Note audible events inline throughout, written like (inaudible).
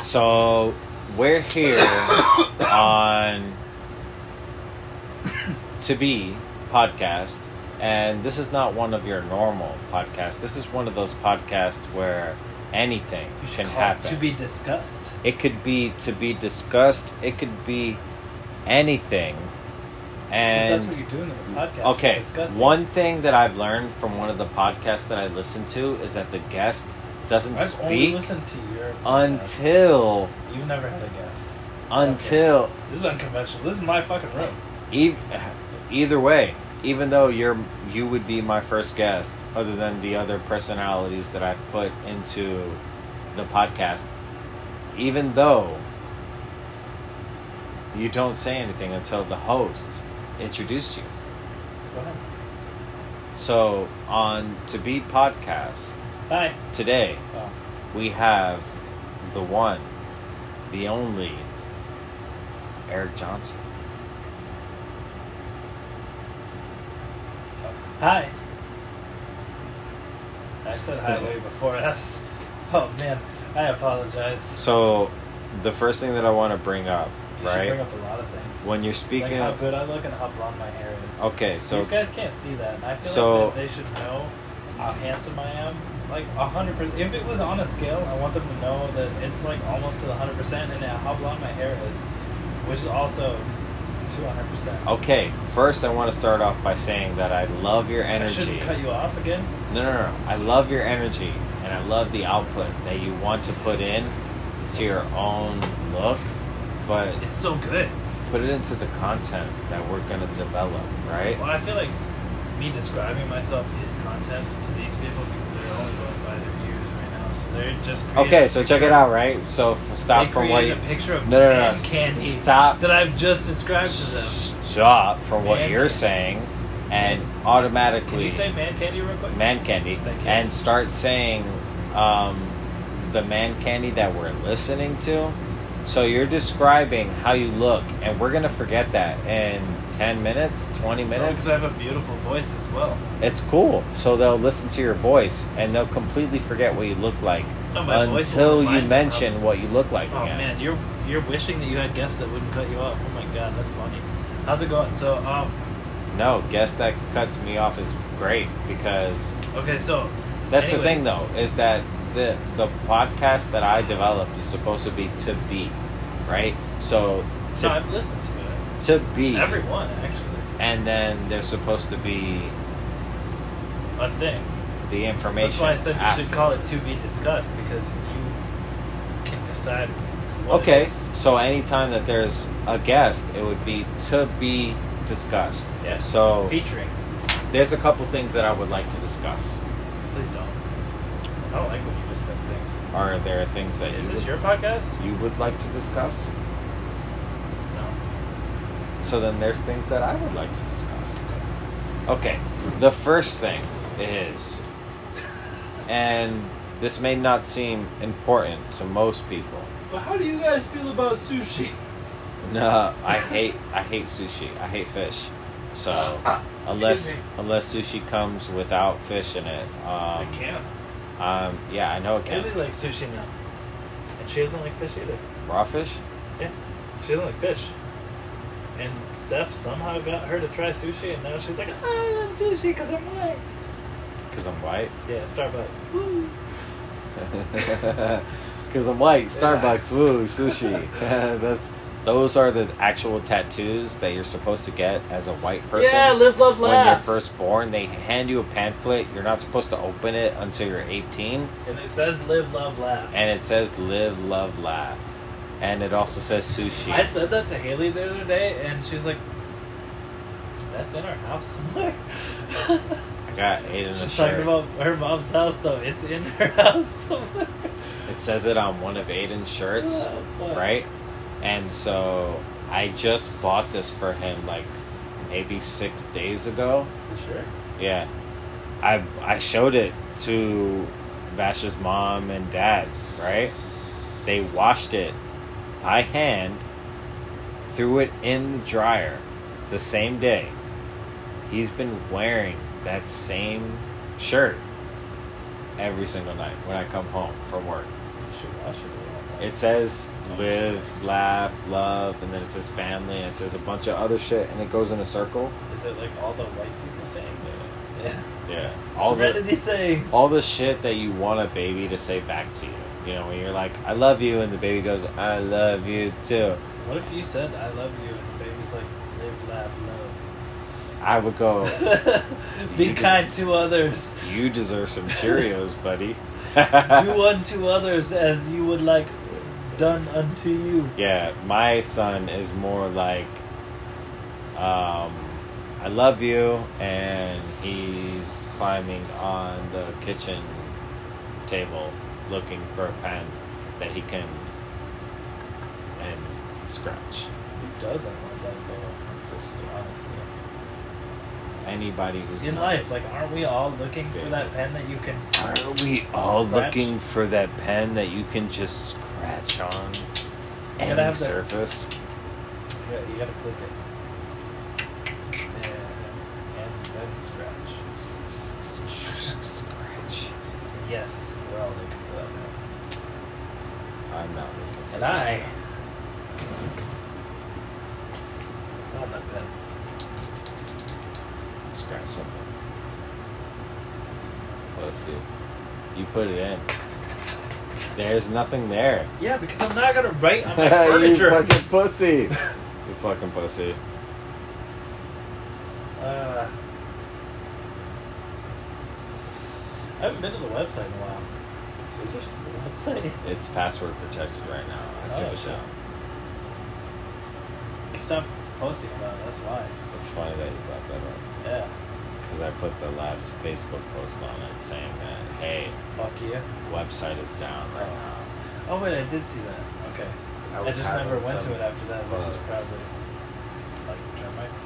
So we're here (coughs) on To Be podcast, and this is not one of your normal podcasts. This is one of those podcasts where anything can happen. To be discussed. It could be to be discussed. It could be anything. 'Cause And that's what you're doing in the podcast. you're okay, discussing. one thing that I've learned from one of the podcasts that I listen to is that the guest doesn't I've only speak listened to your podcast. until you've never had a guest. until This is unconventional. This is my fucking room. e- either way. Even though you're you would be my first guest, other than the other personalities that I've put into the podcast. Even though you don't say anything until the host introduces you. Go ahead. So on to be podcast Hi. today Oh, we have the one, the only Eric Johnson. oh. Hi. I said hi way before us. (laughs) Oh man, I apologize. So the first thing that I want to bring up, You should right? bring up a lot of things. when you're speaking like how good I look and how blonde my hair is. Okay, so These guys can't see that. and I feel So- like they, they should know how handsome I am. Like hundred percent. If it was on a scale, I want them to know that it's like almost to the hundred percent, and how blonde my hair is, which is also two hundred percent. okay, first I want to start off by saying that I love your I energy. shouldn't cut you off again. No, no, no. I love your energy and I love the output that you want to put in to your own look, but It's so good. put it into the content that we're going to develop, right? Well, I feel like me describing myself is content to these people because they're only going by their ears right now, so they're just creating Okay, a so picture- check it out, right? So f- stop they from what you created a picture of no no no, man candy stop that I've just described to them. stop from what Man you're candy. saying, and Can automatically you say man candy real quick? man candy Thank you. and start saying um, the man candy that we're listening to. So you're describing how you look, and we're gonna forget that in ten minutes, twenty No, because minutes. I have a beautiful voice as well. It's cool. So they'll listen to your voice, and they'll completely forget what you look like No, my voice will until you remind them of- mention what you look like Oh again. man, you're you're wishing that you had guests that wouldn't cut you off. Oh my god, that's funny. How's it going? So um, No, guess that cuts me off is great because okay, so that's the anyways, thing though is that the the podcast that I developed is supposed to be to be, right? So So to, I've listened to to it. be, Everyone actually, and then there's supposed to be a thing. the information. That's why I said you after. should call it to be discussed because you can decide. What Okay, It is. so anytime that there's a guest, it would be to be discussed. Yeah. So Featuring. there's a couple things that I would like to discuss. Please don't. I don't like when you discuss things. Are there things that Is you this would, your podcast? you would like to discuss? No. So then there's things that I would like to discuss. Okay, the first thing is, and this may not seem important to most people. But how do you guys feel about sushi? No, I hate I hate sushi. I hate fish. So unless (coughs) Excuse me. unless sushi comes without fish in it, um, I can't. um yeah, I know it Kaylee can. likes sushi now. And she doesn't like fish either. Raw fish? Yeah. She doesn't like fish. And Steph somehow got her to try sushi, and now she's like, I love sushi because I'm white. Because I'm white. Yeah, Starbucks. Woo! (laughs) Because I'm white, Starbucks, woo, sushi. (laughs) That's those are the actual tattoos that you're supposed to get as a white person. Yeah, live, love, When you're laugh. first born, they hand you a pamphlet. You're not supposed to open it until you're 18, And it says live, love, laugh. and it says "Live, Love, Laugh," and it also says sushi. I said that to Haley the other day, and she was like, That's in our house somewhere. I got eight (laughs) in a She's shirt. talking about her mom's house, though. It's in her (laughs) house somewhere. It says it on one of Aiden's shirts, Oh, boy. right? And so I just bought this for him like maybe six days ago. Sure. Yeah. I I showed it to Vash's mom and dad, right? They washed it by hand, threw it in the dryer the same day. He's been wearing that same shirt every single night when I come home from work. should wash it. all. It says live, laugh, love, and then it says family, and it says a bunch of other shit, and it goes in a circle. Is it like all the white people sayings? (laughs) Yeah. Yeah. All the Serenity sayings. all the shit that you want a baby to say back to you. You know, when you're like, I love you, and the baby goes, I love you too. What if you said I love you and the baby's like live, laugh, I would go, (laughs) love. (laughs) Be You just- kind to others. (laughs) You deserve some Cheerios, buddy. Do unto others as you would like done unto you. (laughs) Yeah, my son is more like, um, I love you, and he's climbing on the kitchen table looking for a pen that he can and scratch. Who doesn't want that goal? It's just honestly. Anybody who's In not- life, like, aren't we all looking for that pen that you can? Are we all Scratch? looking for that pen that you can just scratch on gotta any have the- surface? Yeah, you gotta click it. And, and then scratch. Scratch. Yes, we're all looking for that pen. I'm not looking. And I found that pen. Scratch something. Let's see. You put it in. There's nothing there. Yeah, because I'm not gonna write on (laughs) my you furniture. fucking (laughs) pussy. you fucking pussy. Uh, I haven't been to the website in a while. Is there still a website? (laughs) It's password protected right now. I took Oh, it shit. down. You stopped posting about it, that's why. It's funny that you brought that up Yeah. because I put the last Facebook post on it saying that hey, Fuck you. website is down right now. Oh wait, I did see that. Okay. I, was just having never went some to it after that, which is bugs. probably like termites.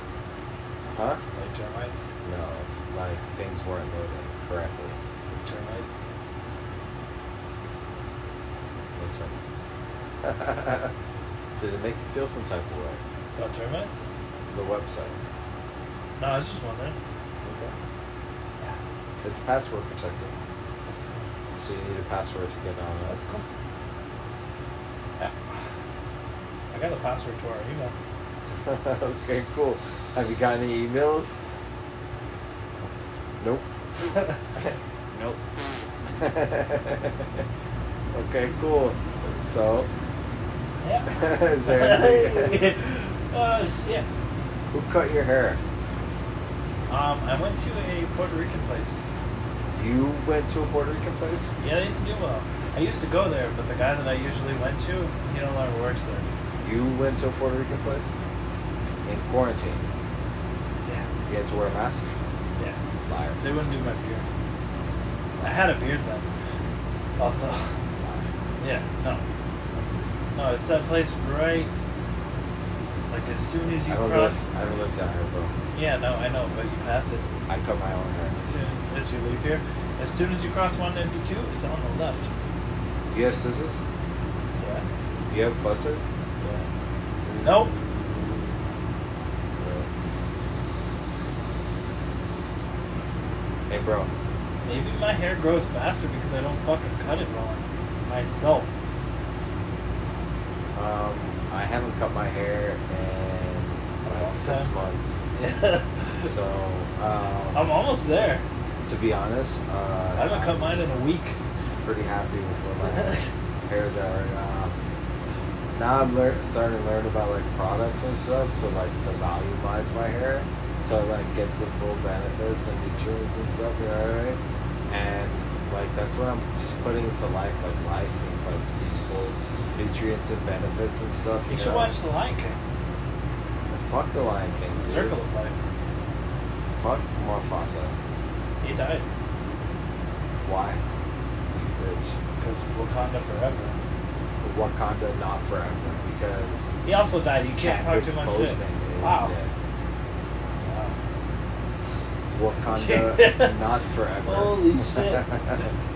Huh? Like termites. No, like things weren't loading correctly. Termites. No termites. (laughs) Did it make you feel some type of way? About termites? The website. No, I was just wondering. Okay. Yeah. It's password protected, That's cool. so you need a password to get on it. Oh, That's cool. Yeah. I got the password to our email. (laughs) okay, cool. Have you got any emails? (laughs) Nope. (laughs) Nope. (laughs) okay, cool. So, Yeah. (laughs) is there anything? oh shit. Who cut your hair? Um, I went to a Puerto Rican place. You went to a Puerto Rican place? Yeah, they didn't do well. I used to go there, but the guy that I usually went to, he no longer works there. You went to a Puerto Rican place? In quarantine. Yeah. You had to wear a mask? Yeah. Liar. They wouldn't do my beard. I had a beard then. Also. Yeah. No. No, it's that place right. Like as soon as you I don't cross. live, I don't live down here, bro. Yeah. No, I know, but you pass it. I cut my own hair. as soon as you leave here. As soon as you cross 192, it's on the left. You have scissors? Yeah. You have buzzer? Nope. Hey, bro. Maybe my hair grows faster because I don't fucking cut it wrong myself. Um, I haven't cut my hair in like long six time. (laughs) months. Yeah. (laughs) So, um, (laughs) I'm almost there. to be honest, uh, I haven't cut mine in a (laughs) week. pretty happy with where (laughs) my hair- hair's at right now. Um, Now I'm lear- starting to learn about like products and stuff, so like to volumize my hair, so it like gets the full benefits and nutrients and stuff. You know what I mean? And like that's what I'm just putting into life. Like life means like these full nutrients and benefits and stuff. You, You should know? watch The Lion King. Fuck the Lion King. dude. Circle of Life. Fuck Mufasa. He died Why? You bitch. because Wakanda forever. Wakanda not forever because He also died. You can't talk Chadwick too much shit. Boseman is Wow. dead. Wow. (laughs) Wakanda not forever. Holy (laughs) shit.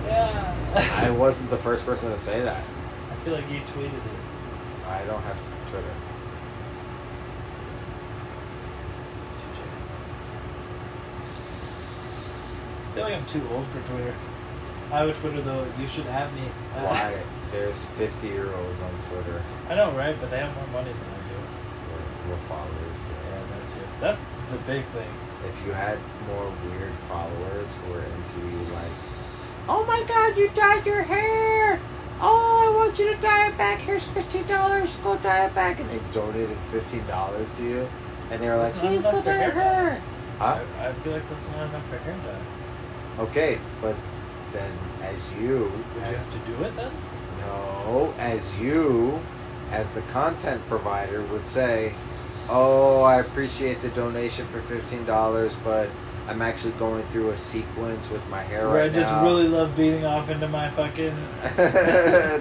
Yeah. I wasn't the first person to say that. I feel like you tweeted it. I don't have Twitter. I feel like I'm too old for Twitter. I would Twitter though. You should have me. Uh, (laughs) Why? There's 50 year olds on Twitter I know, right? But they have more money than I do. with more followers. Yeah, that too. That's the big thing. If you had more weird followers who were into you, like, oh my god, you dyed your hair! Oh, I want you to dye it back. Here's $15. Go dye it back. And they donated $15 to you. And they were like, That's not please enough go for dye your hair hair. Huh? I, I feel like that's not enough for hair dye. Okay, but then as you, Would you as have to do it then? No, as you, as the content provider, would say, Oh, I appreciate the donation for $15, but I'm actually going through a sequence with my hair Where right I just now. really love beating off into my fucking. (laughs)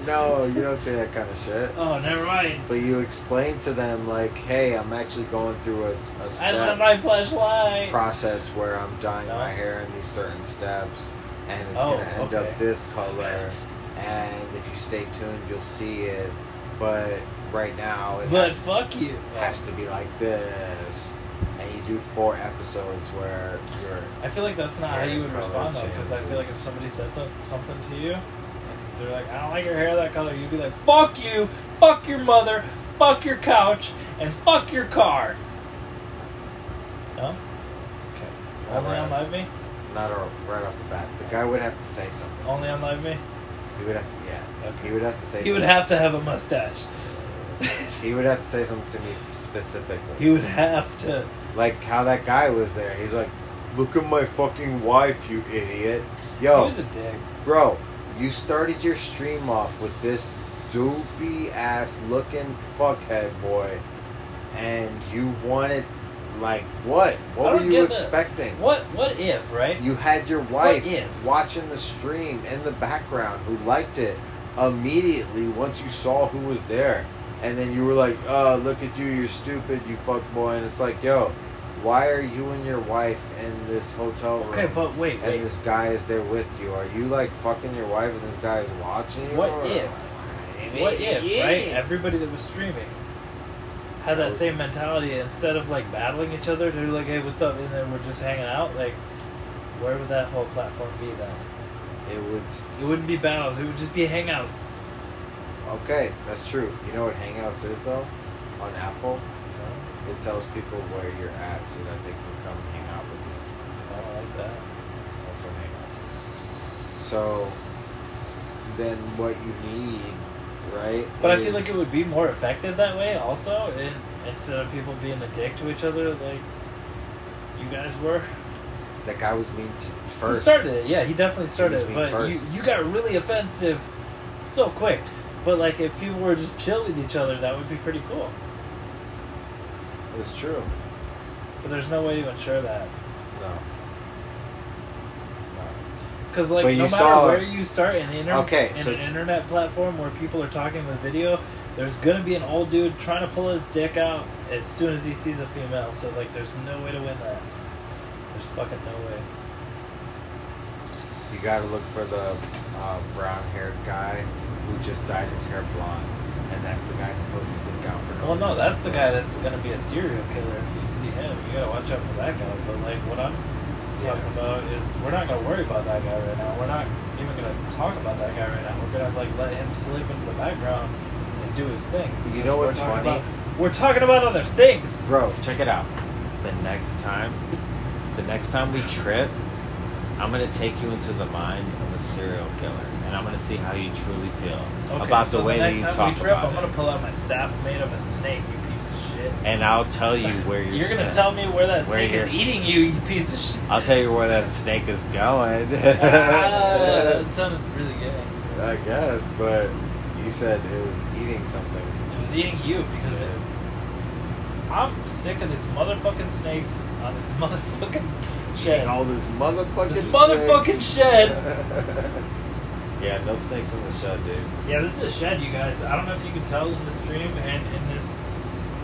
no, you don't say that kind of shit. Oh, never mind. But you explain to them, like, hey, I'm actually going through a, a I love step my flashlight. process where I'm dyeing No. my hair in these certain steps, and it's Oh, going to end okay. up this color. And if you stay tuned, you'll see it. But right now, it but has fuck you. has to be like this. And you do four episodes where you're. I feel like that's not how Hair you would color respond though, because I feel like if changes. somebody said th- something to you, and they're like, "I don't like your hair that color," you'd be like, "Fuck you, fuck your mother, fuck your couch, and fuck your car." No. Okay. Only Alright. on live me. Not a- right off the bat. The guy would have to say something. Only on live me. He would have to, yeah. Okay. He would have to say He would something. have to have a mustache. (laughs) He would have to say something to me specifically. He would have to. like how that guy was there. He's like, look at my fucking wife, you idiot. Yo. He was a dick. Bro, you started your stream off with this doopy ass looking fuckhead boy, and you wanted like what? I What don't were you get that. expecting? What? What if? Right? You had your wife if? watching the stream in the background who liked it immediately once you saw who was there. And then you were like, oh, look at you, you're stupid, you fuckboy. And it's like, yo, why are you and your wife in this hotel room? Okay, but wait, and wait. this guy is there with you. Are you like fucking your wife and this guy is watching you? What or- if? Maybe, What if, yeah. right? Everybody that was streaming had that same mentality. Instead of like battling each other, they're like, "Hey, what's up?" And then we're just hanging out. Like, where would that whole platform be then? it would. It wouldn't be battles. It would just be hangouts. Okay, that's true. You know what Hangouts is though? On Apple, You know? it tells people where you're at so that they can come hang out with you. I don't like that. That's what Hangouts is. So, then what you need, right? But I feel like is- it would be more effective that way. Also, and instead of people being a dick to each other, like you guys were. That guy was mean to, first. He started it, yeah, he definitely started was it. me But first. you, you got really offensive so quick. But like if people were just chill with each other, that would be pretty cool. It's true. But there's no way to ensure that. No. No. Because like But no you matter saw- where you start in, inter- Okay, in so- an internet platform where people are talking with video, there's gonna be an old dude trying to pull his dick out as soon as he sees a female. So like there's no way to win that. There's fucking no way. You gotta look for the uh, brown haired guy who just dyed his hair blonde. And that's the guy who pulls his dick out for no Well, Oh, no, reason. that's the guy that's gonna be a serial killer. If you see him, you gotta watch out for that guy. But like, what I'm talking about is, we're not gonna worry about that guy right now. We're not even gonna talk about that guy right now. We're gonna like let him slip into the background and do his thing. You know We're what's talking funny? about- we're talking about other things. Bro, check it out. The next time, the next time we trip, I'm gonna take you into the mind of a serial killer. And I'm gonna see how you truly feel about so the way that next you time talk we trip, about I'm it. gonna pull out my staff made of a snake. You piece of shit. And I'll tell you where you're You're gonna standing. tell me where that Where snake is you're- eating you. You piece of shit. (laughs) I'll tell you where that snake is going. (laughs) Ah, that sounded really good. I guess, but you said it was eating something. It was eating you because it, I'm sick of these motherfucking snakes on this (laughs) motherfucking shed. Eating all this motherfucking. this motherfucking shed. (laughs) yeah, no snakes in the shed, dude. Yeah, this is a shed, you guys. I don't know if you can tell in the stream and in this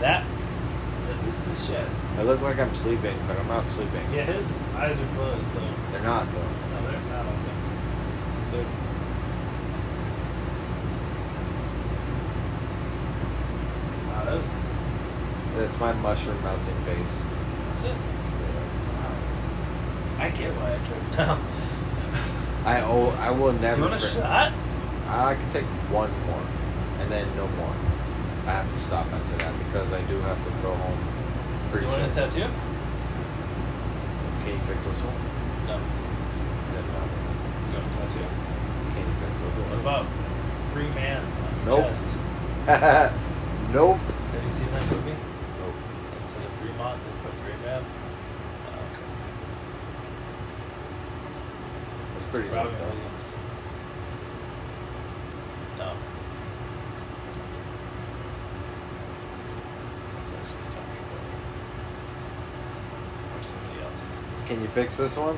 that that this is a shed. I look like I'm sleeping, but I'm not sleeping. Yeah, his eyes are closed though. They're not though. No, they're not open. They're- Wow, that was That's my mushroom melting face. that's it. Wow. I get why I tripped now. I oh I will (laughs) Do you never. want a for- shot? I I can take one more, and then no more. I have to stop after that because I do have to go home You pretty want soon. a tattoo? Can you fix this one? No. Then no. You want a tattoo? Can you fix this What one? about Free Man on your Nope. chest? (laughs) nope. Have you seen that movie? Nope. Instead of Fremont, they put Free Man. Oh, That's okay. pretty Robin dope, though. Williams. No. That's actually Dr. Williams. Or somebody else. Can you fix this one?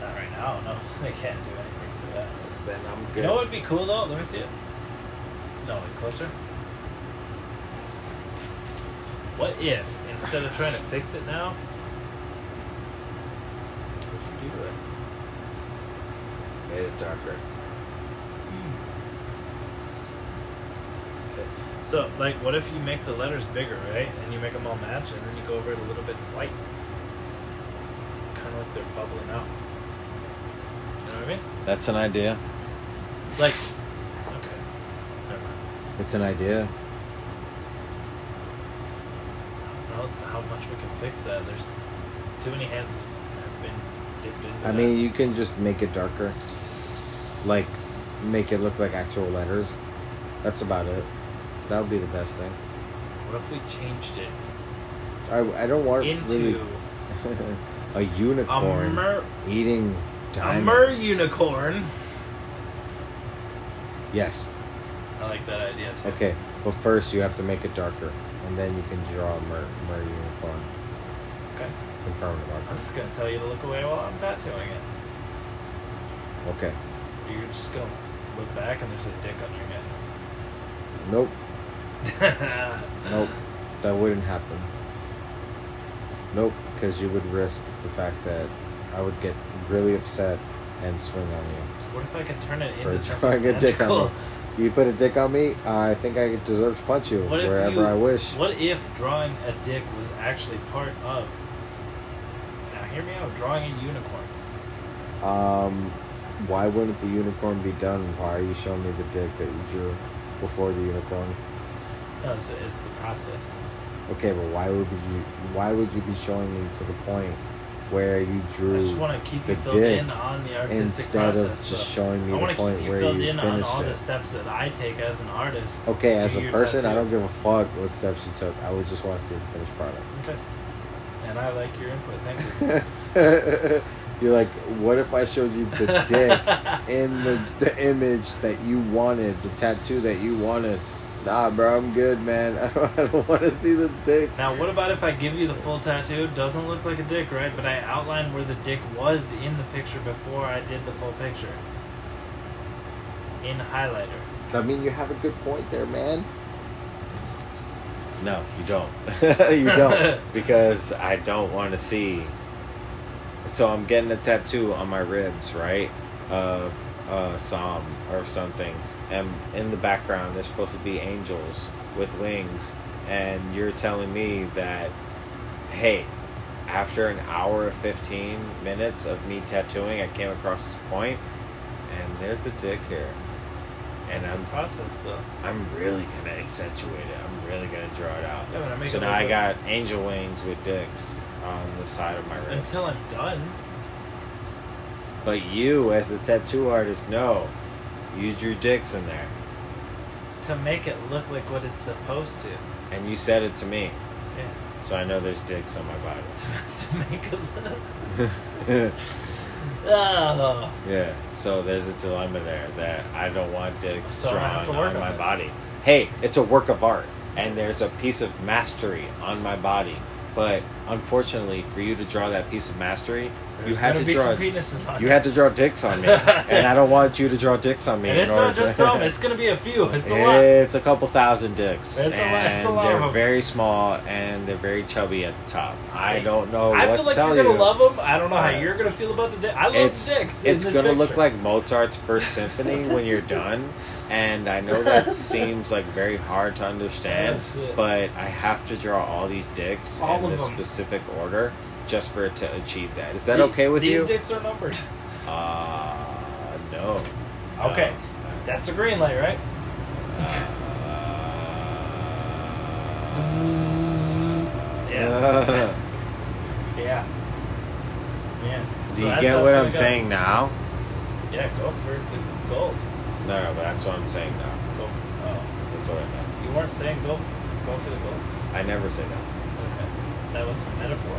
Not right now, no. (laughs) They can't do anything for that. Then I'm You good. know what would be cool though? Let me see it. No, like closer. What if instead of trying to fix it now, what you do to it? Made it darker. Hmm. Okay. So, like, what if you make the letters bigger, right? And you make them all match, and then you go over it a little bit white, kind of like they're bubbling out. You know what I mean? That's an idea. Like, okay, never mind. It's an idea. I don't know how much we can fix that. There's too many hands have been dipped into I that. mean, you can just make it darker. Like, make it look like actual letters. That's about it. That would be the best thing. what if we changed it I, I don't want into really (laughs) a unicorn a mer eating a diamonds. mer unicorn? Yes. I like that idea too. Okay. But first, you have to make it darker, and then you can draw a mer, mer unicorn Okay. in permanent I'm marker. just gonna tell you to look away while I'm tattooing it. Okay. You're just gonna look back and there's a dick on your (laughs) Nope. head. Nope. That wouldn't happen. Nope, because you would risk the fact that I would get really upset and swing on you. What if I could turn it For into (laughs) something trying a dick on magical? me. You put a dick on me, I think I deserve to punch you What if wherever you- I wish. What if drawing a dick was actually part of? Now hear me out. Drawing a unicorn. Um, why wouldn't the unicorn be done? Why are you showing me the dick that you drew before the unicorn? No, it's, it's the process. Okay, but why would you? Why would you be showing me to the point where you drew? I just want to keep you the filled dick in on the artistic instead of process. just though. showing me I the want to point keep you where filled you in on finished all it. the steps that I take as an artist. Okay, to as do a your person, I tattoo. don't give a fuck what steps you took. I would just want to see the finished Okay. And I like your input. Thank you. product. (laughs) You're like, what if I showed you the dick in the, the image that you wanted, the tattoo that you wanted? Nah, bro, I'm good, man. (laughs) I don't, I don't want to see the dick. Now, what about if I give you the full tattoo? Doesn't look like a dick, right? But I outlined where the dick was in the picture before I did the full picture. In highlighter. I mean, you have a good point there, man. No, (laughs) you don't. you (laughs) don't. because I don't want to see. So I'm getting a tattoo on my ribs, right? Of a psalm or something. And in the background, there's supposed to be angels with wings. And you're telling me that, hey, after an hour and 15 minutes of me tattooing, I came across this point, and there's a dick here. And It's I'm a process, though. I'm really gonna accentuate it. I'm really gonna draw it out. Yeah, but I make so it now look I good. got angel wings with dicks on the side of my ribs. Until I'm done. But you, as the tattoo artist, know you drew dicks in there, To make it look like what it's supposed to. and you said it to me, Yeah. (laughs) so I know there's dicks on my body. To, to make it look. Oh. (laughs) yeah. So there's a dilemma there that I don't want dicks So I drawn have to work on, on my this. body. Hey, it's a work of art, and there's a piece of mastery on my body. But unfortunately, for you to draw that piece of mastery, you There's had gonna to be draw. some penises on You it. had to draw dicks on me, and I don't want you to draw dicks on me. And in it's order not just (laughs) to- some. It's gonna be a few. It's a lot. It's a couple thousand dicks, It's a lot- and it's a lot of they're 'em. very small and they're very chubby at the top. I Hey, don't know I what feel to like tell you're gonna you. love them. I don't know how Yeah. you're gonna feel about the dick. I love it's dicks. in it's this gonna look picture. like Mozart's first symphony (laughs) when you're done, and I know that seems like very hard to understand, Oh, shit. but I have to draw all these dicks All in of this 'em. specific order just for it to achieve that. Is that The- okay with these you? These dicks are numbered. Uh, no. Okay. No. That's the green light, right? Uh-huh. (laughs) Yeah. yeah. Yeah. Do So you that's how get it's what gonna I'm go. saying now? Yeah, go for the gold. No, no, but that's what I'm saying now. Go. Oh, That's what I meant. you weren't saying go. Go for the gold. I never say that. Okay, that was a metaphor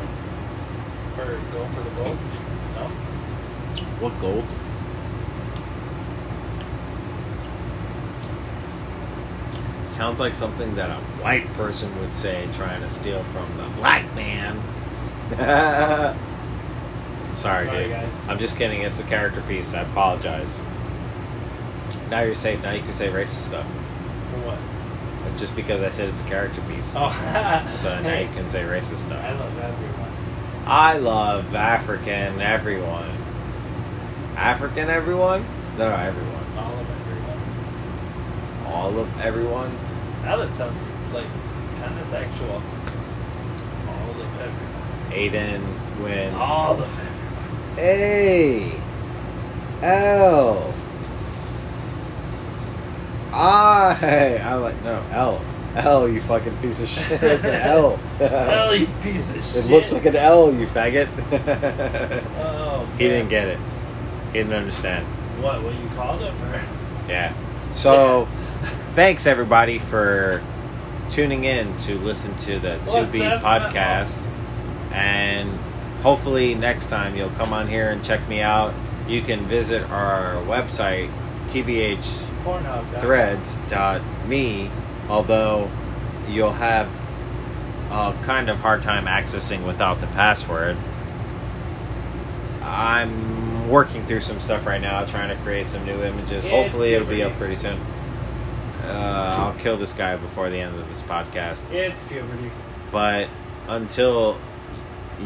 for go for the gold. No. What gold? Sounds like something that a white person would say trying to steal from the black man. (laughs) Sorry, Sorry, dude. guys. I'm just kidding. It's a character piece. I apologize. Now you're safe. Now you can say racist stuff. For what? It's just because I said it's a character piece. Oh. (laughs) So now you can say racist I stuff. love everyone. I love African everyone. African everyone? No, everyone. All of everyone. All of everyone? Now that sounds like kind of sexual. All of everyone. Aiden, Gwen. All of everyone. A. L. I. I'm like, no, L. L, you fucking piece of shit. It's an L. (laughs) Hell, you piece of shit. It looks like an (laughs) L, you faggot. Oh. Man. he didn't get it. He didn't understand. What? What you called him? Or? (laughs) Yeah. So, thanks everybody for tuning in to listen to the What's 2B that podcast. And hopefully, next time you'll come on here and check me out. You can visit our website, tbhthreads.me, Pornhub. dot- although you'll have a kind of hard time accessing without the password. I'm working through some stuff right now, trying to create some new images. Yeah, Hopefully, it's it'll be up puberty. pretty soon. Uh, I'll kill this guy before the end of this podcast. It's puberty. But until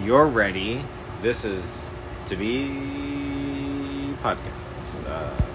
you're ready, this is to be podcast. Uh,